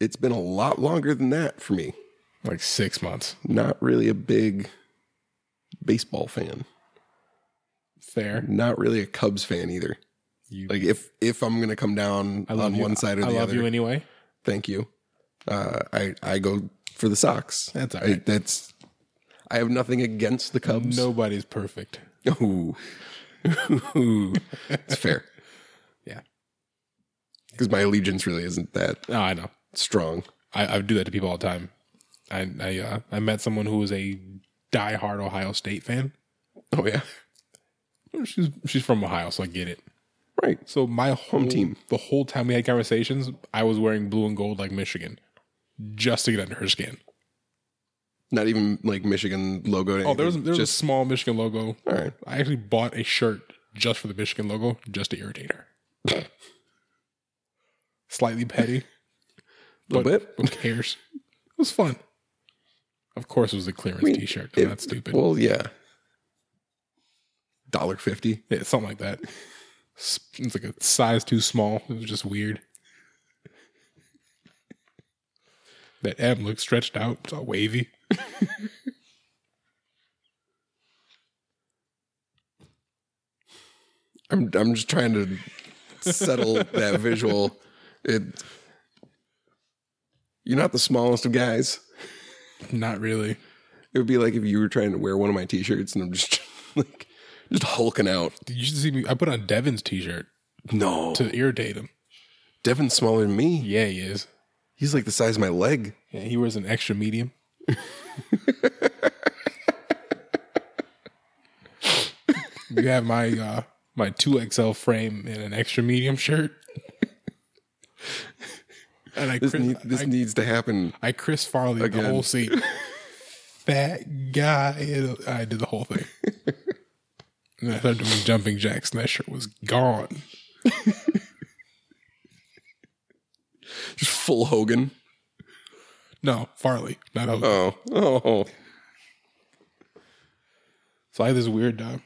Speaker 4: it's been a lot longer than that for me.
Speaker 2: Like six months.
Speaker 4: Not really a big baseball fan.
Speaker 2: Fair.
Speaker 4: Not really a Cubs fan either.
Speaker 2: You,
Speaker 4: Like if if I'm gonna come down
Speaker 2: I love
Speaker 4: on
Speaker 2: you.
Speaker 4: one side or
Speaker 2: I
Speaker 4: the
Speaker 2: love
Speaker 4: other,
Speaker 2: you
Speaker 4: <laughs>
Speaker 2: anyway.
Speaker 4: thank you. Uh, I I go for the Sox.
Speaker 2: That's all
Speaker 4: I-
Speaker 2: right.
Speaker 4: that's I have nothing against the Cubs.
Speaker 2: Nobody's perfect.
Speaker 4: <laughs> Ooh. Ooh. it's fair.
Speaker 2: <laughs> Yeah.
Speaker 4: Because my allegiance really isn't that
Speaker 2: No, I know.
Speaker 4: strong.
Speaker 2: I, I do that to people all the time. I I, uh, I met someone who was a diehard Ohio State fan.
Speaker 4: Oh yeah.
Speaker 2: She's she's from Ohio, so I get it.
Speaker 4: Right.
Speaker 2: So my whole
Speaker 4: team.
Speaker 2: the whole time we had conversations, I was wearing blue and gold like Michigan, just to get under her skin.
Speaker 4: Not even like Michigan logo.
Speaker 2: Oh, there was there was
Speaker 4: just
Speaker 2: a small Michigan logo.
Speaker 4: all right.
Speaker 2: I actually bought a shirt just for the Michigan logo, just to irritate her.
Speaker 4: <laughs>
Speaker 2: Slightly petty,
Speaker 4: Little
Speaker 2: but
Speaker 4: bit.
Speaker 2: who cares? It was fun. Of course, it was a clearance
Speaker 4: mean,
Speaker 2: T-shirt.
Speaker 4: If-
Speaker 2: I'm not stupid.
Speaker 4: Well, yeah. Dollar fifty.
Speaker 2: Yeah, something like that. S- It's like a size too small. It was just weird. That M looks stretched out. It's all wavy.
Speaker 4: I'm I'm just trying to settle
Speaker 2: <laughs>
Speaker 4: that visual. It. You're not the smallest of guys.
Speaker 2: Not really.
Speaker 4: It would be like if you were trying to wear one of my T-shirts, and I'm just <laughs> like just hulking out.
Speaker 2: You should see me. I put on Devin's T-shirt
Speaker 4: No,
Speaker 2: to irritate him.
Speaker 4: Devin's smaller than me.
Speaker 2: Yeah, he is.
Speaker 4: He's like the size of my leg.
Speaker 2: Yeah, he wears an extra medium. <laughs> you have my uh, my two XL frame in an extra medium shirt. <laughs> And I
Speaker 4: This
Speaker 2: crit-
Speaker 4: need, this
Speaker 2: I-
Speaker 4: needs to happen.
Speaker 2: I Chris Farley did the
Speaker 4: Again.
Speaker 2: whole scene.
Speaker 4: <laughs>
Speaker 2: Fat guy. and I did the whole
Speaker 4: <laughs>
Speaker 2: thing. and I started doing jumping jacks, and that shirt was gone.
Speaker 4: Just full Hogan.
Speaker 2: No, Farley, not Hogan.
Speaker 4: Oh, oh.
Speaker 2: So I had this weird. Uh,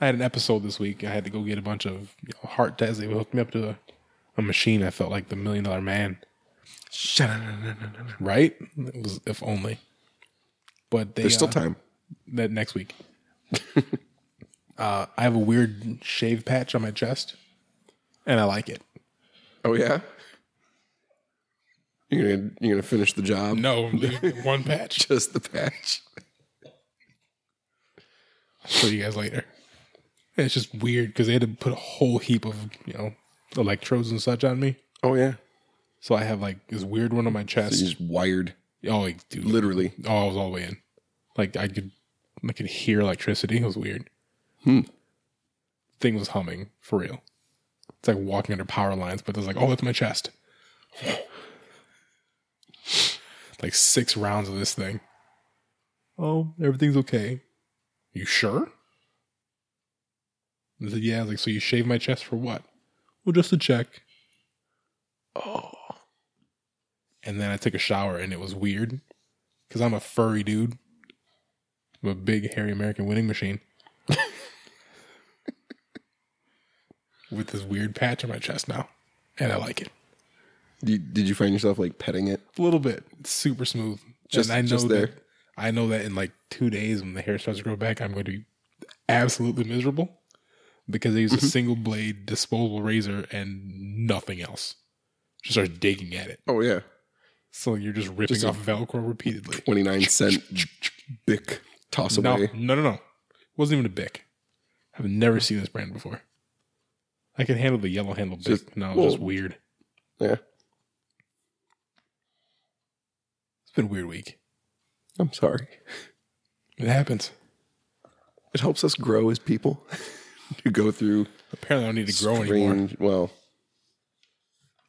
Speaker 2: I had an episode this week. I had to go get a bunch of you know, heart tests. They hooked me up to a, a machine. I felt like the Million Dollar Man. Right? It was if only. But they,
Speaker 4: There's still
Speaker 2: uh,
Speaker 4: time.
Speaker 2: that next week. <laughs> uh, I have a weird shave patch on my chest, and I like it.
Speaker 4: Oh yeah. You're gonna you're gonna finish the job.
Speaker 2: No, <laughs> one patch.
Speaker 4: <laughs> just the patch.
Speaker 2: I'll <laughs> show you guys later. And it's just weird because they had to put a whole heap of you know electrodes and such on me,
Speaker 4: Oh yeah.
Speaker 2: so I have like this weird one on my chest.
Speaker 4: He's wired
Speaker 2: oh, like, dude,
Speaker 4: literally.
Speaker 2: oh, I was all the way in. Like I could, I could hear electricity. It was weird.
Speaker 4: Hmm.
Speaker 2: Thing was humming for real. It's like walking under power lines, but it's like, oh, that's my chest. <laughs> like six rounds of this thing. Oh, everything's okay. You sure? I said, yeah. I was like, so you shave my chest for what? Well, just to check.
Speaker 4: Oh.
Speaker 2: And then I took a shower, and it was weird because I'm a furry dude. I'm a big hairy American winning machine <laughs> with this weird patch on my chest now, and I like it
Speaker 4: Did, did you find yourself like petting it?
Speaker 2: a little bit. It's super smooth.
Speaker 4: Just-
Speaker 2: and I know
Speaker 4: just
Speaker 2: that
Speaker 4: there.
Speaker 2: I know that in like two days when the hair starts to grow back, I'm going to be absolutely miserable because I use
Speaker 4: Mm-hmm.
Speaker 2: a single blade disposable razor and nothing else. Just start digging at it,
Speaker 4: Oh yeah.
Speaker 2: so you're just ripping
Speaker 4: Just a-
Speaker 2: off Velcro repeatedly.
Speaker 4: Twenty
Speaker 2: <laughs>
Speaker 4: nine cent bick toss
Speaker 2: No,
Speaker 4: away.
Speaker 2: no, no, no. It wasn't even a Bic. I've never seen this brand before. I could handle the yellow handle Bic.
Speaker 4: Just-
Speaker 2: no,
Speaker 4: well-
Speaker 2: just weird.
Speaker 4: Yeah.
Speaker 2: It's been a weird week.
Speaker 4: I'm sorry.
Speaker 2: It happens.
Speaker 4: It helps us grow as people <laughs> to go through
Speaker 2: Apparently, I don't need to grow anymore.
Speaker 4: strange. Well,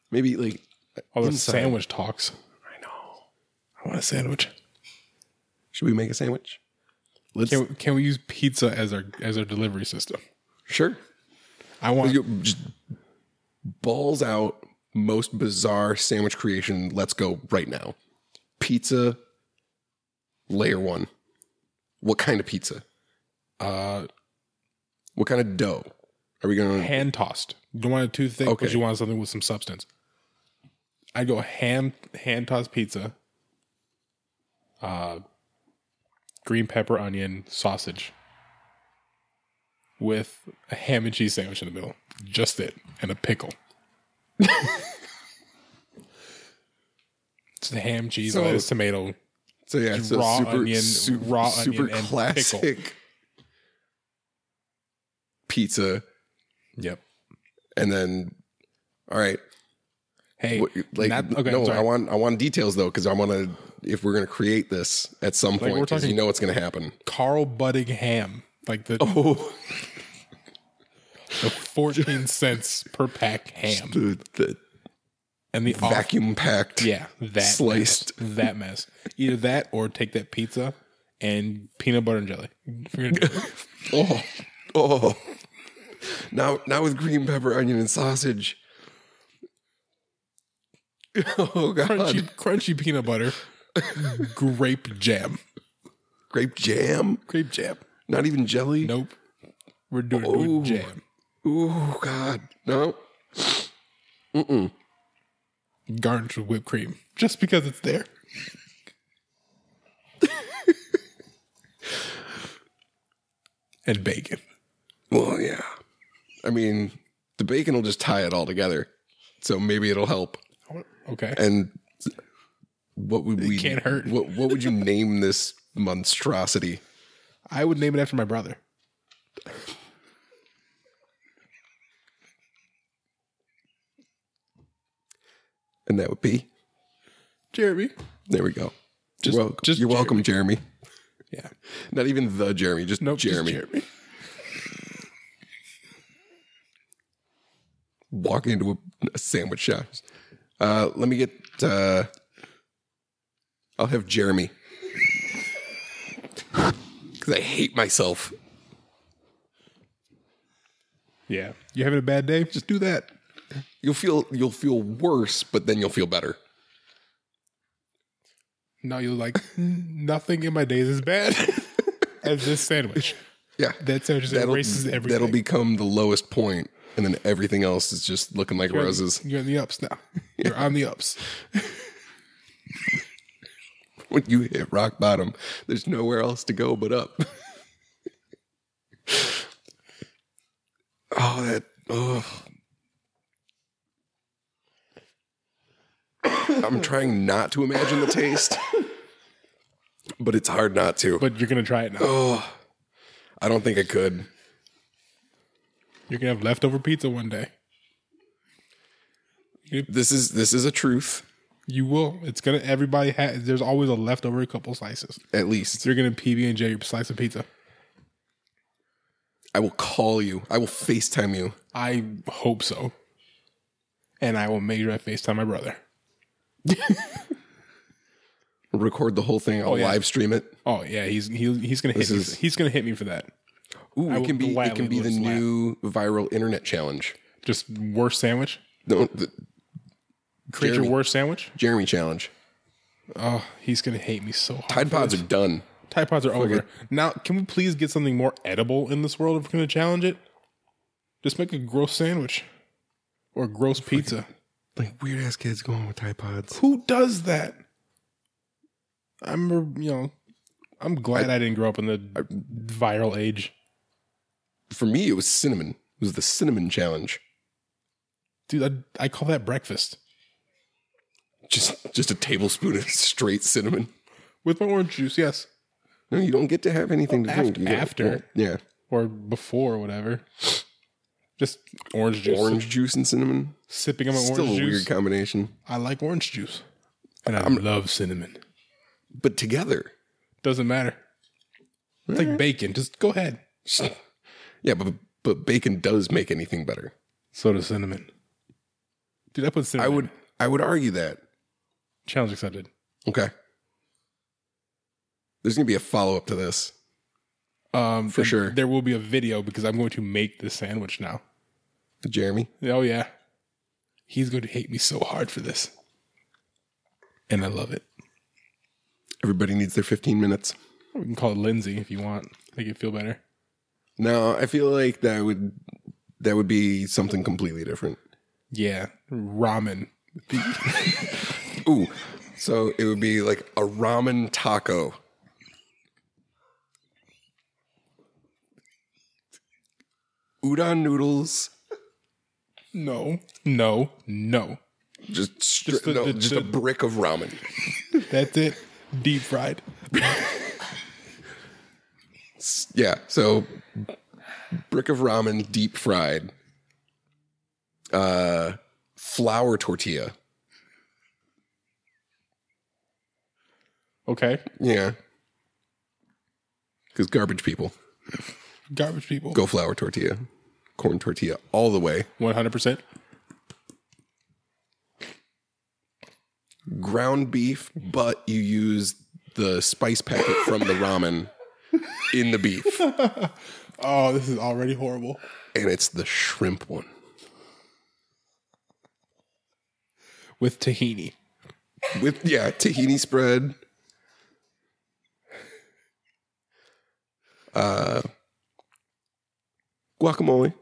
Speaker 4: maybe like
Speaker 2: All those
Speaker 4: inside.
Speaker 2: sandwich talks. I know. I want a sandwich.
Speaker 4: should we make a sandwich? Let's
Speaker 2: Can we, can we use pizza as our as our delivery system?
Speaker 4: sure.
Speaker 2: I want
Speaker 4: You just balls out most bizarre sandwich creation. Let's go right now. Pizza layer one. What kind of pizza?
Speaker 2: uh,
Speaker 4: What kind of dough? Are we going to
Speaker 2: hand tossed. You don't want it too thick,
Speaker 4: Okay.
Speaker 2: but you want something with some substance. I'd go ham hand tossed pizza, uh, green pepper, onion, sausage, with a ham and cheese sandwich in the middle. Just it, and a
Speaker 4: <laughs>
Speaker 2: pickle. it's the ham, cheese,
Speaker 4: So-
Speaker 2: lettuce, tomato.
Speaker 4: so yeah, so
Speaker 2: raw
Speaker 4: super,
Speaker 2: onion-
Speaker 4: super,
Speaker 2: raw
Speaker 4: super
Speaker 2: onion and
Speaker 4: classic pizza,
Speaker 2: Yep.
Speaker 4: and then all right,
Speaker 2: Hey,
Speaker 4: what- like
Speaker 2: not- okay,
Speaker 4: no,
Speaker 2: sorry.
Speaker 4: I want I want details though because I want to if we're going to create this at some point
Speaker 2: we're
Speaker 4: 'cause
Speaker 2: talking-
Speaker 4: you know what's going to happen.
Speaker 2: Carl Budding ham, like the
Speaker 4: <laughs> Oh.
Speaker 2: the 14 cents per
Speaker 4: <laughs>
Speaker 2: pack ham
Speaker 4: the, the
Speaker 2: and the um, off-
Speaker 4: vacuum packed.
Speaker 2: yeah that <laughs>
Speaker 4: sliced.
Speaker 2: mess, that mess either that or take that pizza and peanut butter and jelly If you're gonna do
Speaker 4: <laughs>
Speaker 2: it.
Speaker 4: Oh, oh. Now, now with green pepper, onion, and sausage. <laughs> Oh god,
Speaker 2: crunchy, crunchy peanut butter grape jam
Speaker 4: grape jam,
Speaker 2: grape jam
Speaker 4: not even jelly.
Speaker 2: nope we're doing it
Speaker 4: Ooh.
Speaker 2: with jam
Speaker 4: Oh god, no.
Speaker 2: garnished with whipped cream just because it's there <laughs> and bacon
Speaker 4: Well, yeah. I mean, the bacon will just tie it all together, so maybe it'll help.
Speaker 2: okay
Speaker 4: And what would we?
Speaker 2: can't hurt.
Speaker 4: What What
Speaker 2: <laughs>
Speaker 4: would you name this monstrosity?
Speaker 2: I would name it after my brother.
Speaker 4: And that would be.
Speaker 2: Jeremy.
Speaker 4: There we go. Just,
Speaker 2: Well, just
Speaker 4: you're welcome, Jeremy.
Speaker 2: Yeah.
Speaker 4: Not even the Jeremy, just
Speaker 2: Nope. just
Speaker 4: Jeremy.
Speaker 2: Jeremy.
Speaker 4: Walking into a, a sandwich shop. Uh, let me get. Uh, I'll have Jeremy. <laughs> Because I hate myself.
Speaker 2: Yeah. You having a bad day? Just do that.
Speaker 4: You'll feel you'll feel worse, but then you'll feel better.
Speaker 2: No, you're like, "Mm, nothing in my days is bad <laughs> as this sandwich.
Speaker 4: Yeah,
Speaker 2: That sandwich just
Speaker 4: that'll
Speaker 2: erases everything.
Speaker 4: that'll become the lowest point, and then everything else is just looking like roses.
Speaker 2: You're on the ups
Speaker 4: <laughs>
Speaker 2: now. You're on the ups.
Speaker 4: <laughs> When you hit rock bottom, there's nowhere else to go but up. <laughs> oh, that. Oh. <coughs> I'm trying not to imagine the taste, <laughs> but it's hard not to.
Speaker 2: But you're gonna try it now.
Speaker 4: oh, I don't think I could.
Speaker 2: You're gonna have leftover pizza one day.
Speaker 4: This is this is a truth,
Speaker 2: You will. It's gonna. Everybody has. There's always a leftover couple slices.
Speaker 4: at least.
Speaker 2: So you're gonna PB and J your slice of pizza.
Speaker 4: I will call you. I will FaceTime you.
Speaker 2: I hope so. And I will make sure I Facetime my brother.
Speaker 4: Record the whole thing. I'll
Speaker 2: yeah.
Speaker 4: live stream it.
Speaker 2: Oh yeah, he's he'll, he's gonna hit.
Speaker 4: This
Speaker 2: Me,
Speaker 4: is-
Speaker 2: he's gonna hit me for that.
Speaker 4: Ooh,
Speaker 2: I
Speaker 4: it
Speaker 2: will
Speaker 4: can be it
Speaker 2: gladly
Speaker 4: can be
Speaker 2: lose
Speaker 4: the
Speaker 2: slap.
Speaker 4: new viral internet challenge.
Speaker 2: Just worst sandwich.
Speaker 4: No, the
Speaker 2: Create
Speaker 4: Jeremy.
Speaker 2: your worst sandwich.
Speaker 4: Jeremy challenge.
Speaker 2: Oh, he's gonna hate me so hard.
Speaker 4: Tide pods are done.
Speaker 2: Tide Pods are over. Now, can we please get something more edible in this world if we're gonna challenge it? Just make a gross sandwich or gross pizza.
Speaker 4: Like weird ass kids going with Tide pods.
Speaker 2: Who does that? I'm, uh, you know, I'm glad I, didn't grow up in the viral age,
Speaker 4: For me, it was cinnamon. It was the cinnamon challenge.
Speaker 2: dude. I, I call that breakfast
Speaker 4: Just just a tablespoon of straight cinnamon.
Speaker 2: with my orange juice. Yes,
Speaker 4: No, you don't get to have anything to
Speaker 2: Af-
Speaker 4: drink. You get-
Speaker 2: after.
Speaker 4: yeah,
Speaker 2: or before, or <sniffs> whatever. Just orange juice.
Speaker 4: orange juice and cinnamon.
Speaker 2: Sipping on my
Speaker 4: Still
Speaker 2: orange
Speaker 4: a
Speaker 2: juice.
Speaker 4: weird combination,
Speaker 2: I like orange juice, and I love cinnamon.
Speaker 4: but together.
Speaker 2: Doesn't matter. It's like bacon. Just go ahead.
Speaker 4: Yeah, but but bacon does make anything better.
Speaker 2: So does cinnamon. Dude, I put
Speaker 4: I
Speaker 2: cinnamon.
Speaker 4: would I would argue that.
Speaker 2: challenge accepted.
Speaker 4: Okay. There's gonna be a follow up to this.
Speaker 2: Um,
Speaker 4: For
Speaker 2: and
Speaker 4: sure.
Speaker 2: there will be a video because I'm going to make this sandwich now.
Speaker 4: Jeremy.
Speaker 2: Oh yeah, he's going to hate me so hard for this, and I love it.
Speaker 4: Everybody needs their 15 minutes.
Speaker 2: We can call it Lindsay if you want. Make it feel better.
Speaker 4: No, I feel like that would that would be something completely different.
Speaker 2: Yeah, ramen.
Speaker 4: Ooh. So it would be like a ramen taco. Udon noodles,
Speaker 2: No, no, no.
Speaker 4: just stri-
Speaker 2: Just the-
Speaker 4: no,
Speaker 2: the-
Speaker 4: just
Speaker 2: the-
Speaker 4: a brick of ramen.
Speaker 2: That's it. Deep fried.
Speaker 4: Yeah, so brick of ramen, deep fried, uh, flour tortilla.
Speaker 2: Okay,
Speaker 4: Yeah, because garbage people
Speaker 2: garbage people.
Speaker 4: go flour tortilla, corn tortilla all the way.
Speaker 2: One hundred percent.
Speaker 4: ground beef, but you use the spice packet from the ramen in the beef, and
Speaker 2: Oh, this is already horrible.
Speaker 4: it's the shrimp one.
Speaker 2: With tahini.
Speaker 4: With yeah, tahini spread. Uh guacamole,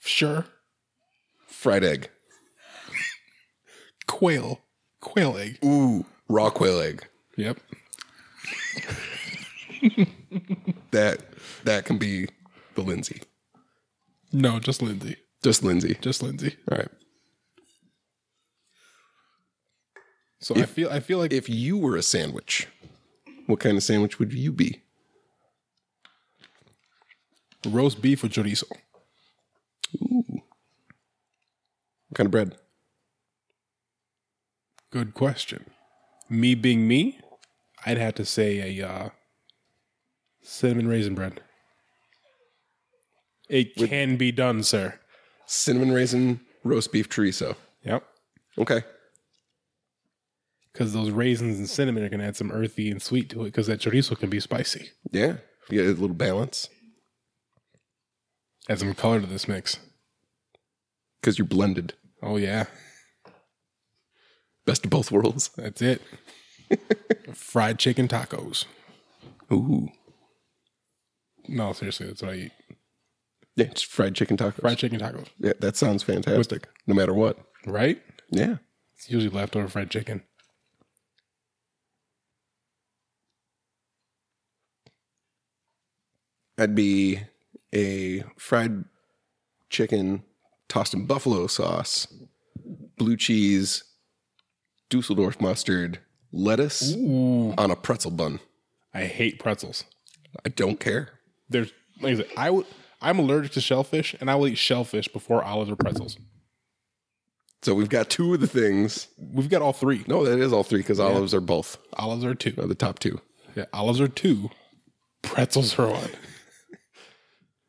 Speaker 2: Sure.
Speaker 4: fried egg.
Speaker 2: Quail. Quail egg.
Speaker 4: Ooh, raw quail egg.
Speaker 2: Yep.
Speaker 4: That that can be the Lindsay.
Speaker 2: No, just Lindsay.
Speaker 4: Just Lindsay.
Speaker 2: Just Lindsay.
Speaker 4: All right.
Speaker 2: So I feel I feel like
Speaker 4: If you were a sandwich, what kind of sandwich would you be?
Speaker 2: roast beef with chorizo.
Speaker 4: What kind of bread?
Speaker 2: Good question. Me being me, I'd have to say a uh, cinnamon raisin bread. It can be done, sir.
Speaker 4: cinnamon raisin roast beef chorizo.
Speaker 2: Yep.
Speaker 4: Okay.
Speaker 2: Because those raisins and cinnamon are going to add some earthy and sweet to it because that chorizo can be spicy.
Speaker 4: Yeah. You get a little balance
Speaker 2: Add some color to this mix.
Speaker 4: because you're blended.
Speaker 2: Oh, yeah.
Speaker 4: Best of both worlds.
Speaker 2: That's
Speaker 4: <laughs>
Speaker 2: it. Fried chicken tacos.
Speaker 4: Ooh.
Speaker 2: No, seriously, that's what I eat.
Speaker 4: Yeah, just fried chicken tacos.
Speaker 2: Fried chicken tacos,
Speaker 4: yeah, that sounds fantastic. No matter what.
Speaker 2: right?
Speaker 4: Yeah.
Speaker 2: It's usually leftover fried chicken.
Speaker 4: I'd be a fried chicken tossed in buffalo sauce, blue cheese, Dusseldorf mustard, lettuce
Speaker 2: Ooh.
Speaker 4: on a pretzel bun.
Speaker 2: I hate pretzels.
Speaker 4: I don't care.
Speaker 2: There's like I said, I would I'm allergic to shellfish and I will eat shellfish before olives or pretzels.
Speaker 4: So we've got two of the things.
Speaker 2: We've got all three.
Speaker 4: No, that is all three because olives are both.
Speaker 2: Olives are two.
Speaker 4: Are the top two.
Speaker 2: Yeah, olives are two. Pretzels are one.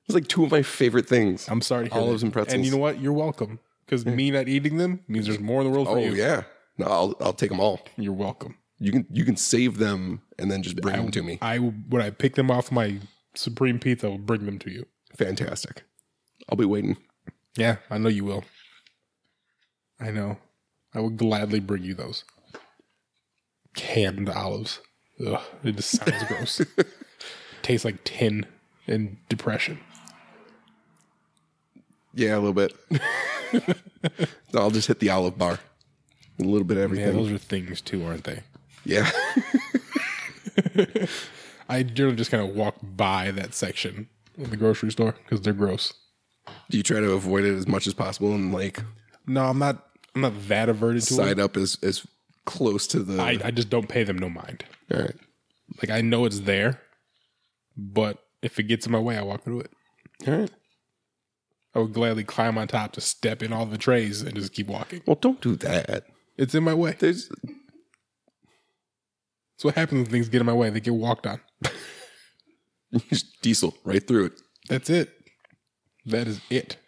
Speaker 4: It's like two of my favorite things.
Speaker 2: I'm sorry. To hear
Speaker 4: Olives
Speaker 2: that.
Speaker 4: and pretzels.
Speaker 2: And you know what? You're welcome. Because me not eating them means there's more in the world for
Speaker 4: oh
Speaker 2: you.
Speaker 4: yeah, no, I'll I'll take them all.
Speaker 2: You're welcome.
Speaker 4: You can you can save them and then just bring them to me.
Speaker 2: I will- when I pick them off my supreme pizza, I will bring them to you.
Speaker 4: Fantastic. I'll be waiting.
Speaker 2: Yeah, I know you will. I know. I would gladly bring you those. Canned olives. Ugh, it just sounds <laughs> gross. Tastes like tin and depression.
Speaker 4: Yeah, a
Speaker 2: <laughs>
Speaker 4: little bit. No, I'll just hit the olive bar. A little bit of
Speaker 2: Yeah,
Speaker 4: everything.
Speaker 2: those are things too, aren't they?
Speaker 4: Yeah. <laughs>
Speaker 2: I generally just kind of walk by that section in the grocery store because they're gross.
Speaker 4: Do you try to avoid it as much as possible and like
Speaker 2: No, I'm not. I'm not that averted to it.
Speaker 4: side up as as close to the?
Speaker 2: I, I just don't pay them no mind.
Speaker 4: all right.
Speaker 2: Like I know it's there, but if it gets in my way, I walk through it.
Speaker 4: All right.
Speaker 2: I would gladly climb on top to step in all the trays and just keep walking.
Speaker 4: Well, don't do that.
Speaker 2: It's in my way. That's
Speaker 4: There's
Speaker 2: what happens when things get in my way. They get walked on.
Speaker 4: Just diesel right through it.
Speaker 2: That's it. That is it. <sighs>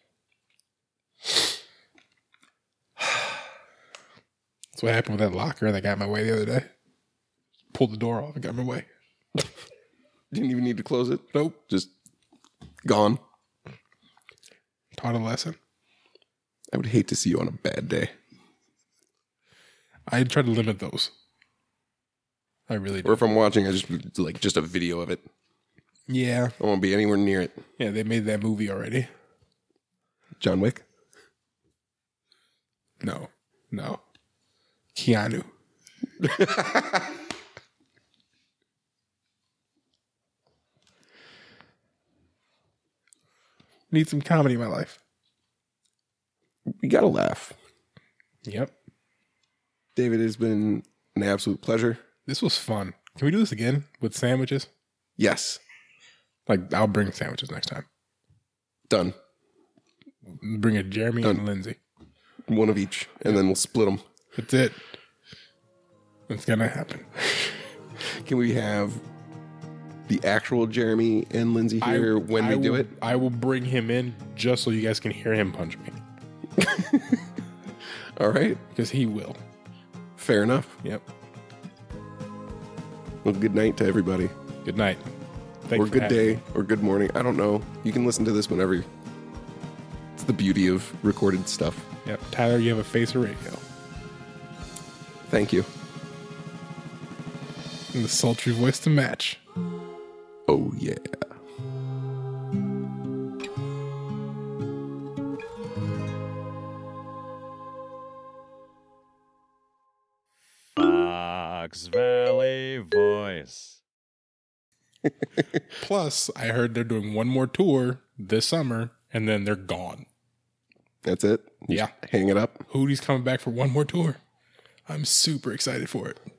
Speaker 2: That's what happened with that locker that got in my way the other day. Pulled the door off and got in my way.
Speaker 4: Didn't even need to close it.
Speaker 2: Nope.
Speaker 4: Just gone.
Speaker 2: Taught a lesson.
Speaker 4: I would hate to see you on a bad day.
Speaker 2: I try to limit those. I really do.
Speaker 4: Or if I'm watching, I just like just a video of it.
Speaker 2: Yeah.
Speaker 4: I won't be anywhere near it.
Speaker 2: Yeah, they made that movie already.
Speaker 4: John Wick.
Speaker 2: No. No. Keanu. <laughs> Need some comedy in my life.
Speaker 4: We gotta laugh.
Speaker 2: Yep.
Speaker 4: David, it's been an absolute pleasure.
Speaker 2: This was fun. Can we do this again with sandwiches?
Speaker 4: Yes,
Speaker 2: Like, I'll bring sandwiches next time.
Speaker 4: done.
Speaker 2: Bring a Jeremy
Speaker 4: Done.
Speaker 2: and Lindsay.
Speaker 4: One of each, and then we'll split them.
Speaker 2: That's it. It's gonna happen.
Speaker 4: Can we have the actual Jeremy and Lindsay here when
Speaker 2: I
Speaker 4: we do
Speaker 2: will-
Speaker 4: it?
Speaker 2: I will bring him in just so you guys can hear him punch me
Speaker 4: All right,
Speaker 2: because he will.
Speaker 4: fair enough.
Speaker 2: Yep.
Speaker 4: Well, good night to everybody,
Speaker 2: Good night. Thanks
Speaker 4: or
Speaker 2: for
Speaker 4: good
Speaker 2: having
Speaker 4: day, or good morning. I don't know. You can listen to this whenever. It's the beauty of recorded stuff.
Speaker 2: me. Yep. Tyler, you have a face of radio.
Speaker 4: Thank you.
Speaker 2: And the sultry voice to match.
Speaker 4: Oh yeah.
Speaker 1: Fox Valley Voice.
Speaker 2: Plus, I heard they're doing one more tour this summer and then they're gone.
Speaker 4: That's it.
Speaker 2: Yeah.
Speaker 4: Hang it up.
Speaker 2: Hootie's coming back for one more tour. I'm super excited for it.